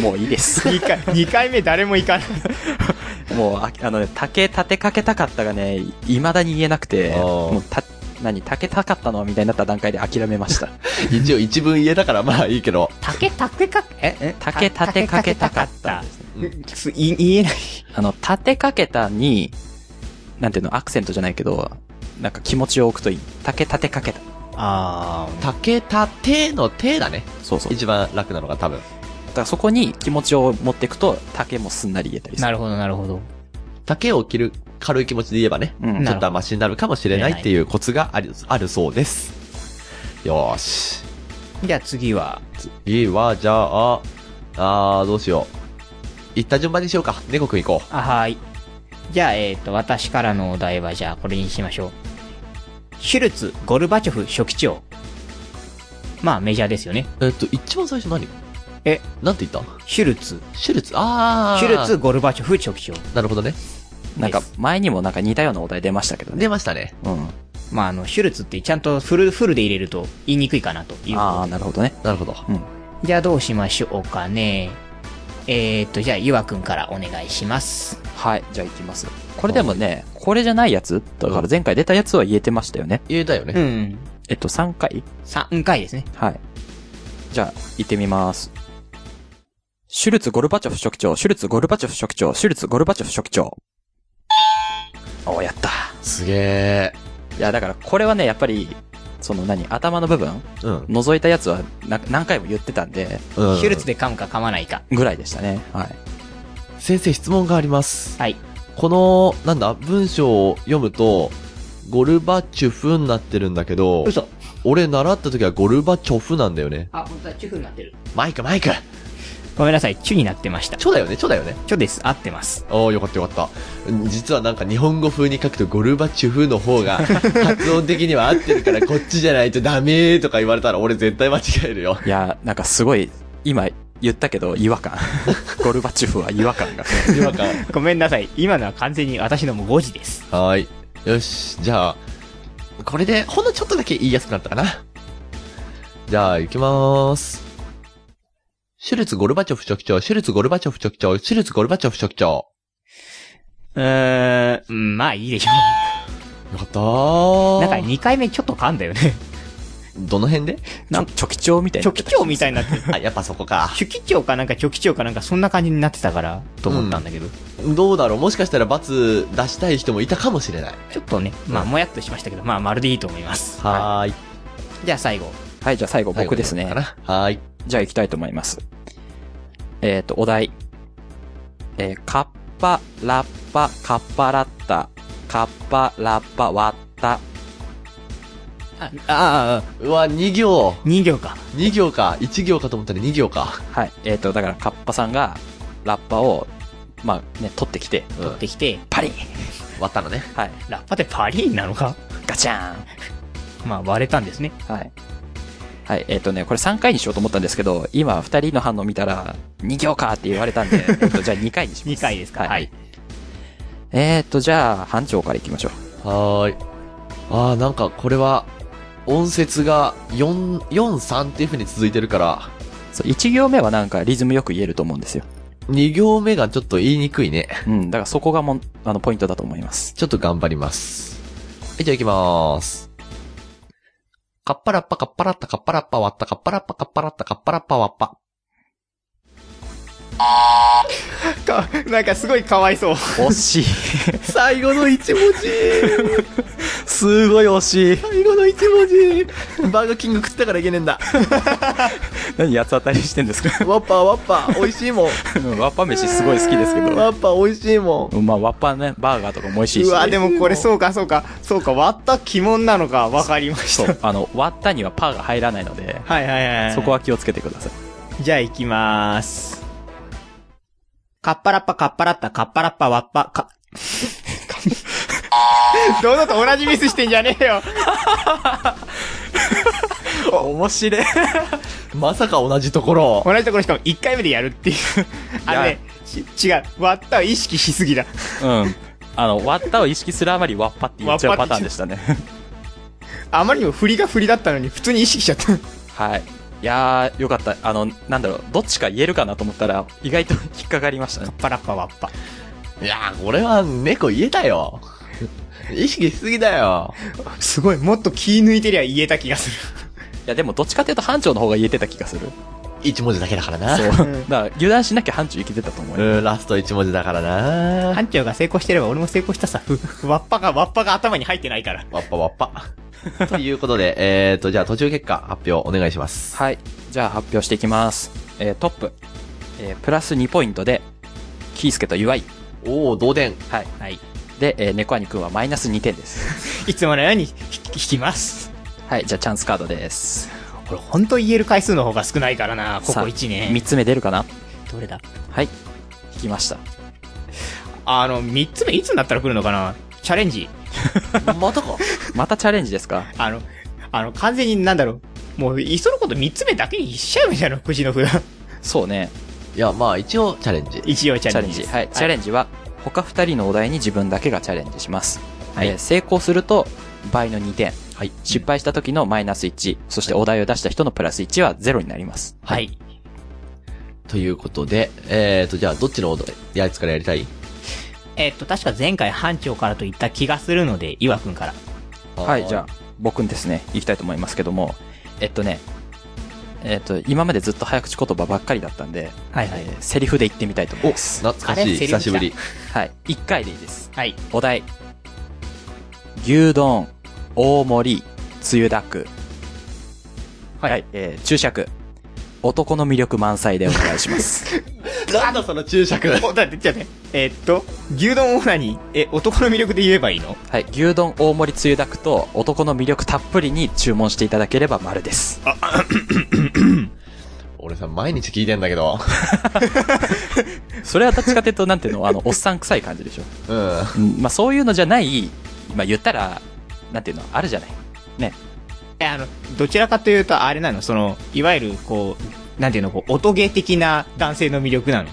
Speaker 3: もういいです。
Speaker 1: 二回、 二回目誰も行かない。
Speaker 3: もう、ああのね、竹立てかけたかったがね、未だに言えなくて、
Speaker 2: あー
Speaker 3: もうた、何、竹たかったのみたいになった段階で諦めました。
Speaker 2: 一応一文言えたから、まあいいけど。
Speaker 1: 竹、竹か、え、え
Speaker 3: 竹立てかけたかった。
Speaker 1: すい言えない。
Speaker 3: あの、立てかけたに、なんていうの、アクセントじゃないけど、なんか気持ちを置くといい。竹立てかけた。
Speaker 1: あ
Speaker 2: 竹立ての手だね。
Speaker 3: そうそう。
Speaker 2: 一番楽なのが多分。
Speaker 3: だからそこに気持ちを持っていくと、竹もすんなり言えたりする。
Speaker 1: なるほど、なるほど。
Speaker 2: 竹を切る軽い気持ちで言えばね、
Speaker 3: うん
Speaker 2: ちょっとはマシになるかもしれないっていうコツがある、あるそうです。よーし。
Speaker 1: じゃあ次は、
Speaker 2: 次は、じゃあ、あー、どうしよう。いった順番にしようか。猫くん行こ
Speaker 1: あ、はい。じゃあ、えっ、と、私からのお題は、じゃあ、これにしましょう。シュルツ・ゴルバチョフ書記長。まあ、メジャーですよね。
Speaker 2: う。えっと、一番最初何
Speaker 1: え、
Speaker 2: なんて言った
Speaker 1: シュルツ。
Speaker 2: シュルツあー。
Speaker 1: シュルツ・。ゴルバチョフ書記長。
Speaker 2: なるほどね。
Speaker 3: なんか
Speaker 1: で、
Speaker 3: 前にもなんか似たようなお題出ましたけどね。
Speaker 2: 出ましたね。
Speaker 3: うん。
Speaker 1: まあ、あの、シュルツってちゃんとフル、フルで入れると言いにくいかなという。
Speaker 3: ああ、なるほどね。
Speaker 2: なるほど。
Speaker 1: じゃあ、どうしましょうかね。えっ、と、じゃあ、ゆわくんからお願いします。
Speaker 3: はい。じゃあ行きます。これでもね、これじゃないやつだから前回出たやつは言えてましたよね。
Speaker 2: 言えたよね。
Speaker 1: うん。
Speaker 3: えっと、3回
Speaker 1: 3回ですね。
Speaker 3: はい。じゃあ、行ってみます。シュルツ・ゴルバチョフ書記長、シュルツ・ゴルバチョフ書記長、シュルツ・ゴルバチョフ書記長。おーやった。
Speaker 2: すげ
Speaker 3: いや、だからこれはね、やっぱり、その何、頭の部分、
Speaker 2: ー。うん。
Speaker 3: 覗いたやつはな何回も言ってたんで、
Speaker 2: うん、
Speaker 1: シュルツで噛むか噛まないか。
Speaker 3: ぐらいでしたね。はい。
Speaker 2: 先生質問があります。
Speaker 1: はい。
Speaker 2: この、なんだ、文章を読むと、ゴルバチュフになってるんだけど、
Speaker 1: 嘘。
Speaker 2: 俺習った時はゴルバチョフなんだよね。
Speaker 1: あ、本当はチュフになってる。
Speaker 2: マイクマイク
Speaker 1: ごめんなさい、チュになってました。
Speaker 2: チョだよね、チョだよね。
Speaker 1: ちょです。合ってます。
Speaker 2: おー、よかったよかった。実はなんか日本語風に書くとゴルバチュフの方 が発音的には合ってるからこっちじゃないとダメーとか言われたら俺絶対間違える よ。
Speaker 3: いや、なんかすごい、今言ったけど違和 感。ゴルバチュフは違和感が。
Speaker 2: 違和感。
Speaker 1: ごめんなさい。今のは完全に私のもう5時です。
Speaker 2: はーい。よし、じゃあ、これで、ほんのちょっとだけ言いやすくなったかな。じゃあ、行きまーす。シュルツ・ゴルバチョフ書記長、シュルツ・ゴルバチョフ書記長、シュルツ・ゴルバチョフ書記長。
Speaker 1: うーん、まあいいでしょ
Speaker 2: よかったー。
Speaker 1: う。 なんか2回目ちょっと噛んだよね。
Speaker 2: どの辺で
Speaker 1: なん
Speaker 3: ちょきちょみたいにな
Speaker 1: チョ
Speaker 3: って
Speaker 1: キ
Speaker 3: た。
Speaker 1: 長みたいになって、
Speaker 2: あ、やっぱそこか。
Speaker 1: チョキ長かなんかチョキ長かなんかそんな感じになってたから、と思ったんだけど。
Speaker 2: どうだろうもしかしたら罰出したい人もいたかもしれない。
Speaker 1: ちょっとね、まあもやっとしましたけど、まあまるでいいと思います。
Speaker 2: はーい。
Speaker 1: じゃあ最後。
Speaker 3: はい、じゃあ最後僕ですね
Speaker 2: か。なはーい。
Speaker 3: じゃあ行きたいと思います。えっ、と、お題。えーカッパ、ラッパ、カッパラッタ、カッパ、ラッパ、ワッタ。
Speaker 1: あ、ああ、
Speaker 2: うわ、2行。
Speaker 1: 2行か。
Speaker 2: 2行か。1行かと思ったら2行か。
Speaker 3: はい。えっ、と、だからカッパさんが、ラッパを、まあね、取ってきて、
Speaker 1: 取ってきて、
Speaker 3: パリン
Speaker 2: 割ったのね。
Speaker 3: はい。
Speaker 1: ラッパってパリーンなのか
Speaker 3: ガチャーン
Speaker 1: まあ割れたんですね。
Speaker 3: はい。はい、えっ、とね、これ3回にしようと思ったんですけど、今2人の反応見たら、2行かって言われた んで、えっと、じゃあ2回にします。
Speaker 1: 2回ですか。
Speaker 3: はい。えっ、と、じゃあ、班長から行きましょう。
Speaker 2: はーい。あー、なんかこれは、音節が4、4、3っていう風に続いてるから、
Speaker 3: そう、1行目はなんかリズムよく言えると思うんですよ。
Speaker 2: 2行目がちょっと言いにくいね。
Speaker 3: うん、だからそこがもん、あの、ポイントだと思います。
Speaker 2: ちょっと頑張ります。はい、じゃあ行きまーす。カッパラッパカッパラッタカッパラッパ割ったカッパラッパカッパラッタカッパラッパ割った。
Speaker 1: か、なんかすごいかわいそう。
Speaker 3: 惜しい。
Speaker 2: 最後の一文字
Speaker 3: すごい惜しい。
Speaker 2: 最後の一文字バーガーキング食ったからいけねえんだ
Speaker 3: 何八つ当たりしてんですか
Speaker 2: ワッパーワッパー美味しいもん
Speaker 3: ワッパ飯すごい好きですけど。
Speaker 2: ワッパー美味しいもん
Speaker 3: まあ、ワッパね、バーガーとかも美味しいし。
Speaker 1: もこれそうかそうか、そうか、割った鬼門なのかわかりまし
Speaker 3: そう、あの、割ったにはパーが入らないので、
Speaker 1: はいはいはい。
Speaker 3: そこは気をつけてください。
Speaker 1: じゃあ行きまーす。カッパラッパカッパラッタカッパラッパワッパ、か、堂々と同じミスしてんじゃねえよ。
Speaker 3: 面白い。
Speaker 2: まさか同じところ
Speaker 1: 同じところしかも1回目でやるっていう。あのね、ち違う。割ったを意識しすぎだ。
Speaker 3: うん。あの、割ったを意識するあまり、わっぱって言っちゃうパターンでした ね。
Speaker 1: あまりにも振りが振りだったのに普通に意識しちゃった。
Speaker 3: はい。いやー、よかった。あの、なんだろう、どっちか言えるかなと思ったら、意外と引っかかりましたね。
Speaker 1: パラッパワッパ。
Speaker 2: いやーこれは猫言えたよ 意識しすぎだよ
Speaker 1: すごい、もっと気抜いてりゃ言えた気がする。
Speaker 3: いや、でも、どっちかっていうと、班長の方が言えてた気が する。
Speaker 2: 一文字だけだからな
Speaker 3: そう。だから、油断しなきゃ班長いけてたと思うよ。
Speaker 2: うんラスト一文字だからな
Speaker 1: 班長が成功してれば俺も成功したさ。ふワッパが、ワッパが頭に入ってないから。
Speaker 2: ワッパワッパということで、えーと、じゃあ途中結果発表お願いします。
Speaker 3: はい。じゃあ、発表していきます。えー、トップ。えー、プラス2ポイントで、キースケと岩井。
Speaker 2: おー、同点。
Speaker 3: はい。はい。で、えー、猫兄くんはマイナス2点です。
Speaker 1: いつものように引き引きます。
Speaker 3: はい。じゃあ、チャンスカードです。
Speaker 1: これほんと言える回数の方が少ないからな、ここ
Speaker 3: さあ
Speaker 1: 1年。
Speaker 3: 3つ目出るかな
Speaker 1: どれだ
Speaker 3: はい。引きました。
Speaker 1: あの、3つ目いつになったら来るのかなチャレンジ。
Speaker 2: またか
Speaker 3: またチャレンジですか
Speaker 1: あの、あの、完全になんだろう。もう、いっそのこと3つ目だけにしちゃうじゃん、くじの札。
Speaker 3: そうね。
Speaker 2: いや、まあ一応チャレンジ。
Speaker 1: 一応チ
Speaker 3: チャ
Speaker 1: ャ
Speaker 3: レ
Speaker 1: レ
Speaker 3: ン
Speaker 1: ンジ
Speaker 3: ジ。
Speaker 1: です。
Speaker 3: はい。チャレンジは、他2人のお題に自分だけがチャレンジします。
Speaker 2: はい
Speaker 3: えー成功すると、倍の2点。
Speaker 2: はい。
Speaker 3: 失敗した時のマイナス1。そしてお題を出した人のプラス1は0になります。
Speaker 1: はい。
Speaker 2: ということで、えーと、じゃあどっちのオードやつからやりたい
Speaker 1: えっと、確か前回班長からと言った気がするので、岩くんから。
Speaker 3: はい、じゃあ、僕にですね、行きたいと思いますけども、えっとね、えっと、今までずっと早口言葉ばっかりだったんで、
Speaker 1: はいはい
Speaker 3: えーセリフで言ってみたいと思い
Speaker 2: お、
Speaker 3: ます。
Speaker 2: 懐か
Speaker 1: あ
Speaker 2: し
Speaker 1: れ
Speaker 2: い。
Speaker 1: セリフ
Speaker 2: 久しぶり。
Speaker 3: はい、1回でいいです。
Speaker 1: はい。
Speaker 3: お題。牛丼、大盛り、つゆだく。
Speaker 1: はい
Speaker 3: えー注釈。男の魅力満載でお願いし ます。
Speaker 2: なんだその注釈。
Speaker 1: お、だって、じゃあね。えっと、牛丼オーナーに、え、男の魅力で言えばいいの
Speaker 3: はい、牛丼、大盛り、つゆだくと、男の魅力たっぷりに注文していただければ丸です。
Speaker 2: 俺さ、毎日聞いてんだけど。
Speaker 3: それはどっちかというと、なんていうの、あの、おっさん臭い感じでしょ。
Speaker 2: うん。
Speaker 3: うんまあそういうのじゃない、まあ言ったら、なんていうの、あるじゃない。
Speaker 1: え、あの、どちらかというと、あれなの、その、いわゆる、こう、なんていうの、こう、音ゲー的な男性の魅力なの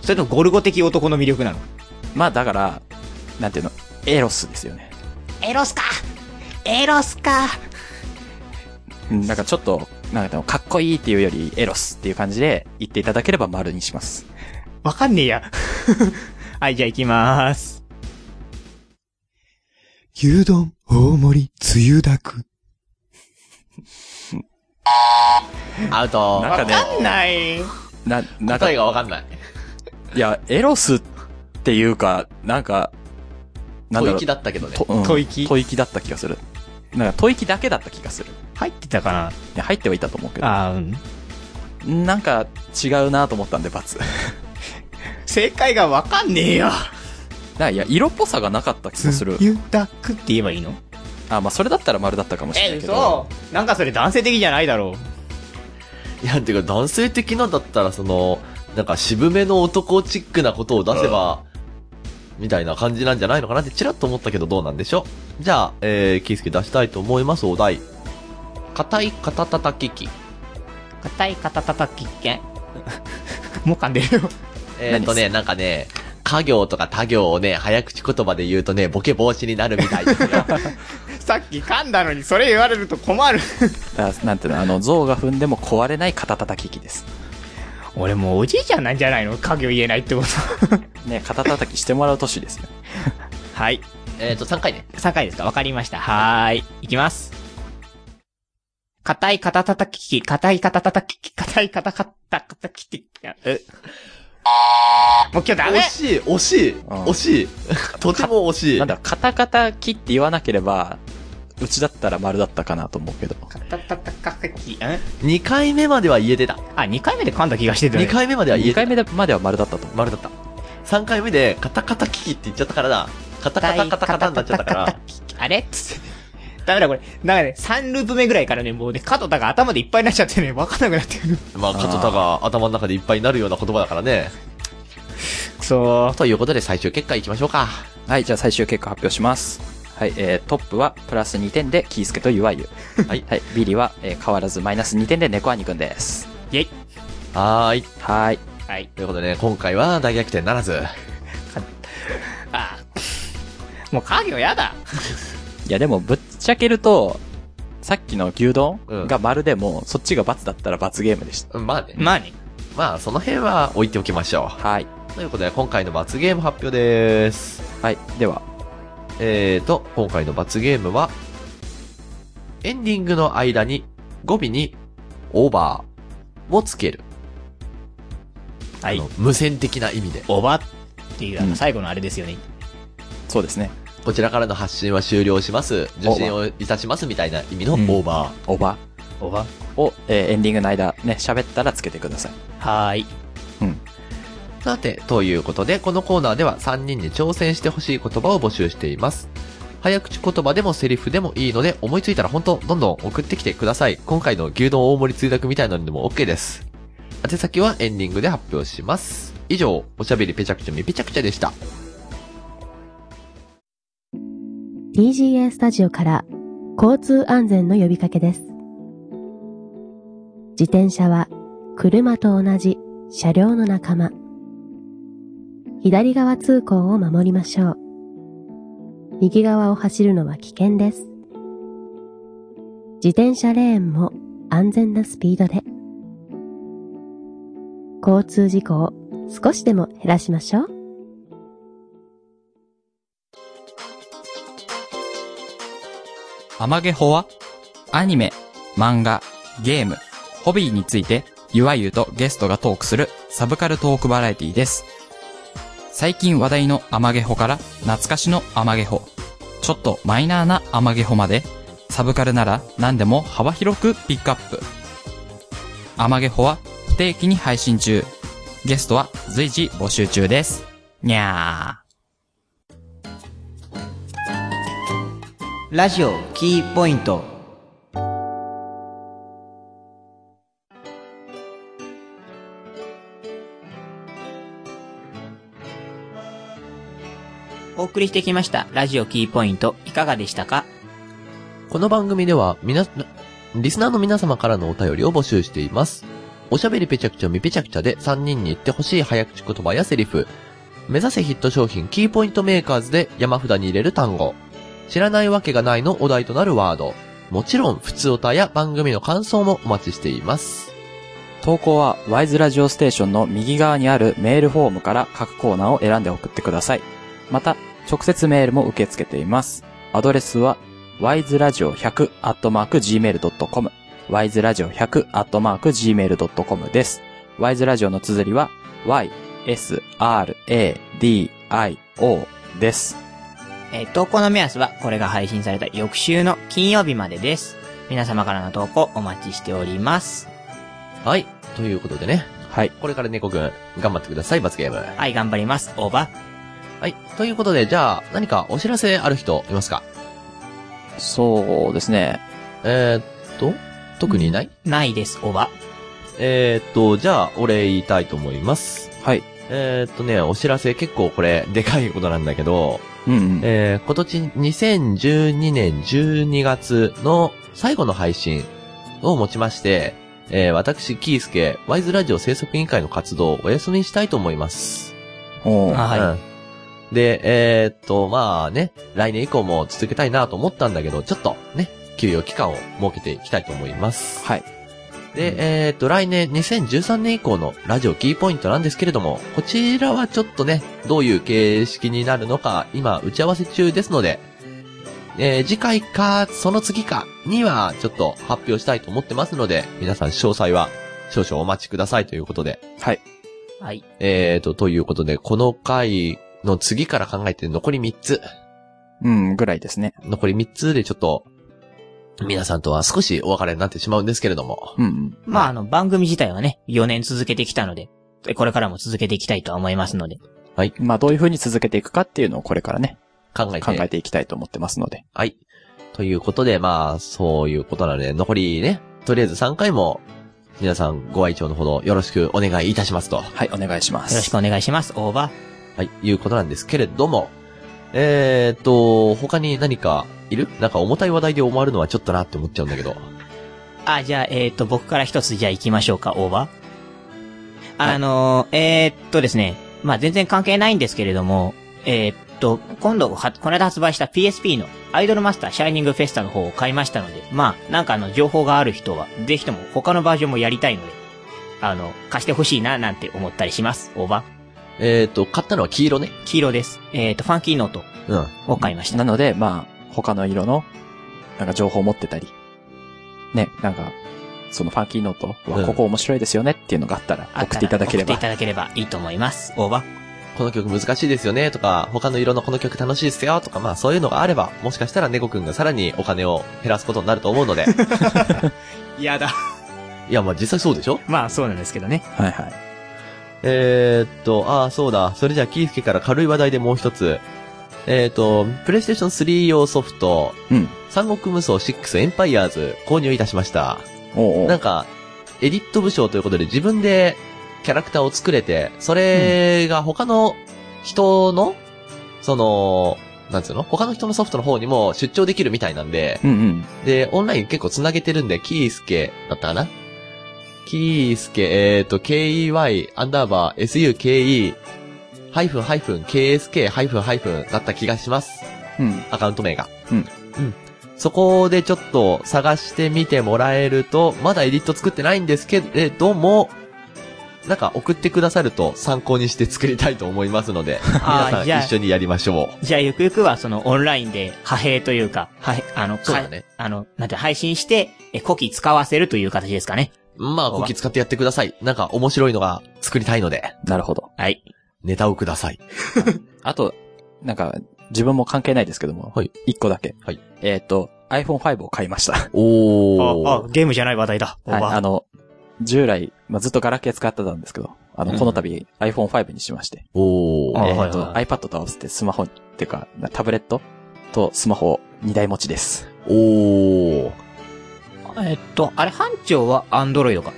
Speaker 1: それともゴルゴ的男の魅力なの
Speaker 3: まあだから、なんていうの、エロスですよね。
Speaker 1: エロスかエロスか。
Speaker 3: うんなんかちょっと、なんかかっこいいっていうよりエロスっていう感じで言っていただければ丸にします。
Speaker 1: わかんねえや。 はい、じゃあ行きまーす。
Speaker 8: 牛丼、大盛り、つゆだく。
Speaker 2: アウト。
Speaker 3: なんかね、
Speaker 1: わかんない。
Speaker 3: な、なんか、
Speaker 2: 答え
Speaker 3: い
Speaker 2: がわかんない。
Speaker 3: や、エロスっていうか、なんか、なん
Speaker 2: 吐
Speaker 3: だろう
Speaker 2: 息。だったけどね。
Speaker 3: とうん
Speaker 1: 吐息
Speaker 3: 吐息だった気がする。なんか吐息だけだった気がする。
Speaker 1: 入ってたか
Speaker 3: いや入ってはいたと思うけ
Speaker 1: なあーうん。
Speaker 3: ど。なんか違うなと思ったんで、×。
Speaker 1: 正解がわかんねえよ。
Speaker 3: なんかいや、色っぽさがなかった気 がする。
Speaker 1: ゆだくって言えばいいの
Speaker 3: あ、まあそれだったら丸だったかもしれな
Speaker 1: え、
Speaker 3: いけど。
Speaker 1: 嘘なんかそれ男性的じゃないだろ
Speaker 2: いや、てか男性的なんだったら、その、なんか渋めの男チックなことを出せば、みたいな感じなんじゃないのかなってちらっと思ったけどどうなんでしょうじゃあ、えー、キースケ出したいと思います、お題。硬い肩叩き機。
Speaker 1: う。硬い肩叩き券 もう噛んでるよ。
Speaker 2: えー、っとね、なんかね、家業とか他業をね、早口言葉で言うとね、ボケ防止になるみたいです よ。
Speaker 1: さっき噛んだのにそれ言われると困る。
Speaker 3: だからなんていうの、あの、象が踏んでも壊れない肩叩き機です。
Speaker 1: 俺もうおじいちゃんなんじゃないの影を言えないってこと。
Speaker 3: ね、肩叩きしてもらう年ですよ。
Speaker 1: はい。
Speaker 2: えーっと、3回ね。
Speaker 1: 3回ですかわかりました。はーい。いきます。硬い肩叩き機、硬い肩叩き機、硬い肩肩叩き機。えもう今日ダ
Speaker 2: 惜
Speaker 1: メ
Speaker 2: しい、惜しい、
Speaker 3: ん
Speaker 2: 惜しい。とても惜しい。
Speaker 3: なんだ、カタカタキって言わなければ、うちだったら丸だったかなと思うけど。
Speaker 1: 肩叩き機、ん
Speaker 2: 2回目までは言えてた。
Speaker 1: あ、2回目で噛んだ気がしてたね
Speaker 2: 2回目までは言えて
Speaker 3: 2
Speaker 2: た
Speaker 3: 回。目までは丸だったと思う。
Speaker 2: 丸だった。3回目で、カタカタキキって言っちゃったからな、カタカタカタカタになっちゃったから、
Speaker 1: あれつって。ダメだこれ。なんかね、3ループ目ぐらいからね、もうね、角田が頭でいっぱいになっちゃってね、わかんなくなってる。
Speaker 2: まあ、カトタが頭の中でいっぱいになるような言葉だからね。
Speaker 1: くそー。
Speaker 2: ということで、最終結果いきましょうか。
Speaker 3: はい、じゃあ最終結果発表します。はい、えー、トップはプラス2点でキースケとユワユ。
Speaker 2: はい。
Speaker 3: はい、ビリは、えー変わらずマイナス2点で猫兄くんです。
Speaker 1: イェイ。
Speaker 2: はーい。
Speaker 3: はーい。
Speaker 1: はい。
Speaker 2: ということでね、今回は大逆転ならず。
Speaker 1: あーもう家業やだ。
Speaker 3: いや、でもぶっちゃけると、さっきの牛丼
Speaker 2: うん
Speaker 3: が丸でも、そっちが罰だったら罰ゲームでした。
Speaker 2: まあね。
Speaker 1: まあね。
Speaker 2: まあ、その辺は置いておきましょ
Speaker 3: はい。
Speaker 2: う。ということで、今回の罰ゲーム発表です。
Speaker 3: はい。では、
Speaker 2: えーと、今回の罰ゲームは、エンディングの間に語尾にオーバーをつける。
Speaker 1: は
Speaker 2: あ
Speaker 1: い
Speaker 2: の。無線的な意味で。
Speaker 1: おばっていう、あ
Speaker 3: う
Speaker 1: の、
Speaker 3: ん
Speaker 1: 最後のあれですよね。
Speaker 3: そうですね。
Speaker 2: こちらからの発信は終了します。受信をいたしますみたいな意味のオ
Speaker 1: うん
Speaker 2: ーバ
Speaker 3: オーバ
Speaker 1: おば
Speaker 3: ーを、えーエンディングの間、ね、喋ったらつけてください。
Speaker 1: はーい。
Speaker 2: ー。さて、ということで、このコーナーでは3人に挑戦してほしい言葉を募集しています。早口言葉でもセリフでもいいので、思いついたら本当どんどん送ってきてください。今回の牛丼大盛り追諾みたいなのでも OK です。宛先はエンディングで発表します。以上、おしゃべりぺちゃくちゃみぺちゃくちゃでした。
Speaker 9: TGA スタジオから交通安全の呼びかけです。自転車は車と同じ車両の仲間。左側通行を守りましょう。右側を走るのは危険です。自転車レーンも安全なスピードで。交通事故を少しでも減らしましょう。
Speaker 4: アマゲホはアニメ、漫画、ゲーム、ホビーについて、ゆわゆとゲストがトークするサブカルトークバラエティです。最近話題のアマゲホから懐かしのアマゲホ、ちょっとマイナーなアマゲホまで、サブカルなら何でも幅広くピックアップ。アマゲホは不定期に配信中。ゲストは随時募集中です。にゃー。
Speaker 1: ラジオキーポイント。お送りしてきました。ラジオキーポイント。いかがでしたか
Speaker 2: この番組では、みな、リスナーの皆様からのお便りを募集しています。おしゃべりぺちゃくちゃみぺちゃくちゃで3人に言ってほしい早口言葉やセリフ。目指せヒット商品キーポイントメーカーズで山札に入れる単語。知らないわけがないのお題となるワード。もちろん、普通歌や番組の感想もお待ちしています。
Speaker 3: 投稿は、ワイズラジオステーションの右側にあるメールフォームから各コーナーを選んで送ってください。また、直接メールも受け付けています。アドレスは、wiseradio100-gmail.com、wiseradio100-gmail.com です。ワイズラジオの綴りは、y, s, r, a, d, i, o です。
Speaker 1: えー投稿の目安はこれが配信された翌週の金曜日までです。皆様からの投稿お待ちしております。
Speaker 2: はい。ということでね、
Speaker 3: はい。
Speaker 2: これから猫くん、頑張ってください、罰ゲーム。
Speaker 1: はい、頑張ります。オーバー。
Speaker 2: はい。ということで、じゃあ、何かお知らせある人いますか
Speaker 3: そうですね。
Speaker 2: えー、っと、特にいない、
Speaker 1: ないです、オーバ
Speaker 2: えー、っと、じゃあ、お礼言いたいと思います。
Speaker 3: はい。
Speaker 2: えー、っとね、お知らせ結構これ、でかいことなんだけど、
Speaker 3: うんうん。
Speaker 2: えー、今年2012年12月の最後の配信をもちまして、えー、私、キースケ、ワイズラジオ制作委員会の活動をお休みしたいと思います。
Speaker 3: お
Speaker 1: ー。
Speaker 3: ー
Speaker 1: はい。
Speaker 2: い。で、えーっと、まあね、来年以降も続けたいなと思ったんだけど、ちょっとね、給与期間を設けていきたいと思います。
Speaker 3: はい。
Speaker 2: で、えーっと、来年2013年以降のラジオキーポイントなんですけれども、こちらはちょっとね、どういう形式になるのか、今打ち合わせ中ですので、えー次回か、その次かには、ちょっと発表したいと思ってますので、皆さん詳細は少々お待ちくださいということで。
Speaker 1: ー。はい。
Speaker 2: えーと、ということで、この回の次から考えて残り3つ。
Speaker 3: うん、ぐらいですね。
Speaker 2: 残り3つでちょっと、皆さんとは少しお別れになってしまうんですけれども。
Speaker 3: うんうん。
Speaker 1: まあ、あの、番組自体はね、4年続けてきたので、これからも続けていきたいとは思いますので。
Speaker 3: まあ、どういう風に続けていくかっていうのをこれからね、
Speaker 2: 考えて。
Speaker 3: 考えていきたいと思ってますので。
Speaker 2: はい。ということで、まあ、そういうことなので、残りね、とりあえず3回も、皆さんご愛聴のほどよろしくお願いいたしますと。
Speaker 3: はい、お願いします。
Speaker 1: よろしくお願いします、オーバー。
Speaker 2: はい、いうことなんですけれども、えーと、他に何かいるなんか重たい話題で終わるのはちょっとなって思っちゃうんだけど。
Speaker 1: あ、じゃあ、えっ、と、僕から一つじゃあ行きましょうか、オーバー。あのーえーっとですね、まあ、全然関係ないんですけれども、えーっと、今度は、この間発売した PSP のアイドルマスターシャイニングフェスタの方を買いましたので、まあ、なんかあの、情報がある人は、ぜひとも他のバージョンもやりたいので、あの、貸してほしいな、なんて思ったりします、オーバ
Speaker 2: えーと、買ったのは黄色ね。
Speaker 1: ー。黄色です。えーっと、ファンキーノート
Speaker 2: うん。
Speaker 1: を買いました。
Speaker 3: なので、まあ、他の色の、なんか情報を持ってたり、ね、なんか、そのファンキーノート
Speaker 2: うん
Speaker 3: は、ここ面白いですよねっていうのがあったら、
Speaker 1: あ
Speaker 3: 送っていただけれ
Speaker 1: 送
Speaker 3: ば
Speaker 1: っていただければいいと思います、オーバー。
Speaker 2: この曲難しいですよねとか、他の色のこの曲楽しいですよとか、まあそういうのがあれば、もしかしたら猫くんがさらにお金を減らすことになると思うので。
Speaker 1: やだ。
Speaker 2: いや、まあ実際そうでしょ
Speaker 1: まあ、そうなんですけどね。
Speaker 3: はいはい。
Speaker 2: えーっと、ああ、そうだ。それじゃあ、キースケから軽い話題でもう一つ。えーっと、プレイステーション3用ソフト、
Speaker 3: うん。
Speaker 2: 三国無双6エンパイアーズ購入いたしました。
Speaker 3: おうお
Speaker 2: な
Speaker 3: うん
Speaker 2: か、エディット部署ということで自分でキャラクターを作れて、それが他の人の、その、なんつうの他の人のソフトの方にも出張できるみたいなんで、
Speaker 3: うんうん。
Speaker 2: で、オンライン結構繋げてるんで、キースケだったかなキースケ、えっ、ー、と、KEY、アンダーバー、SUKE、ハイフンハイフン、KSK、ハイフンハイフンだった気がします。
Speaker 3: うん。
Speaker 2: アカウント名が。
Speaker 3: うん
Speaker 2: うん。そこでちょっと探してみてもらえると、まだエディット作ってないんですけれども、なんか送ってくださると参考にして作りたいと思いますので、皆さ
Speaker 1: あー
Speaker 2: ん
Speaker 1: じゃあ
Speaker 2: 一緒にやりましょ
Speaker 1: じゃあ、ゆくゆくは、その、オンラインで、派兵というか、はあの、
Speaker 2: う。
Speaker 1: か
Speaker 2: そうだね。
Speaker 1: あの、なんて、配信して、え、古希使わせるという形ですかね。
Speaker 2: まあ、コキ使ってやってください。なんか面白いのが作りたいので。
Speaker 3: なるほど。
Speaker 1: はい。
Speaker 2: ネタをください。
Speaker 3: あと、なんか、自分も関係ないですけども、
Speaker 2: はい
Speaker 3: 一個だけ。
Speaker 2: はい
Speaker 3: えっ、と、iPhone5 を買いました。
Speaker 2: お
Speaker 1: あ、あ、ゲームじゃない話題だ。
Speaker 3: はい。あ
Speaker 1: あ
Speaker 3: の、従来、まあ、ずっとガラケー使ってたんですけど、あの、この度 iPhone5 にしまして、
Speaker 2: お
Speaker 1: あ
Speaker 2: ー
Speaker 3: えっ、と、
Speaker 1: はいは
Speaker 3: iPad と合わせてスマホ、っていうか、タブレットとスマホを2台持ちです。
Speaker 2: おー
Speaker 1: えっと、あれ、班長は、アンドロイドか。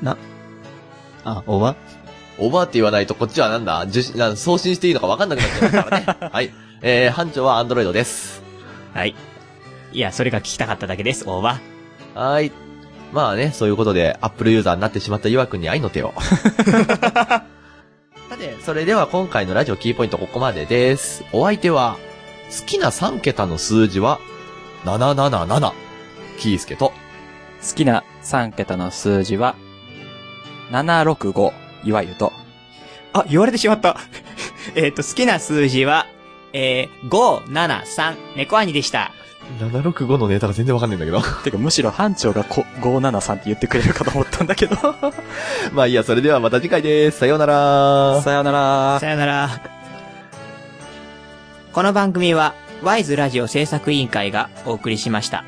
Speaker 1: な、あ、おば
Speaker 2: おばあって言わないとこっちはなんだ受信なん送信していいのか分かんなくなっちゃうからね。 はい。えー、班長はアンドロイドです。
Speaker 1: はい。いや、それが聞きたかっただけです、おば。
Speaker 2: はーい。まあね、そういうことで、アップルユーザーになってしまった岩くんに愛 の手を。さて、それでは今回のラジオキーポイントここまでです。お相手は、好きな3桁の数字は、777。キースケと、
Speaker 3: 好きな3桁の数字は、765、いわゆると。
Speaker 1: あ、言われてしま った。えっと、好きな数字は、えー、573、猫兄でした。
Speaker 7: 765のネタが全然わかんないんだけど。
Speaker 3: てか、むしろ班長がこ573って言ってくれるかと思ったんだけど。
Speaker 2: まあいいや、それではまた次回です。さようなら。
Speaker 3: さよなら。
Speaker 1: さよなら。この番組は、ワイズラジオ制作委員会がお送りしました。